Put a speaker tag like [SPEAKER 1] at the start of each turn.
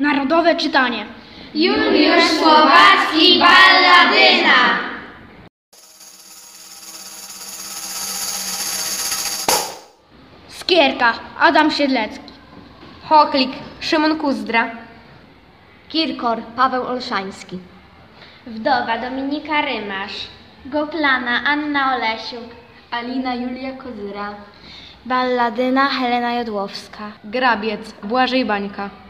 [SPEAKER 1] Narodowe czytanie.
[SPEAKER 2] Juliusz Słowacki Balladyna.
[SPEAKER 1] Skierka. Adam Siedlecki.
[SPEAKER 2] Hoklik Szymon Kuzdra. Kirkor Paweł Olszański. Wdowa Dominika Rymasz. Goplana Anna Olesiuk. Alina Julia Kozyra. Balladyna Helena Jodłowska.
[SPEAKER 3] Grabiec, Błażej Bańka.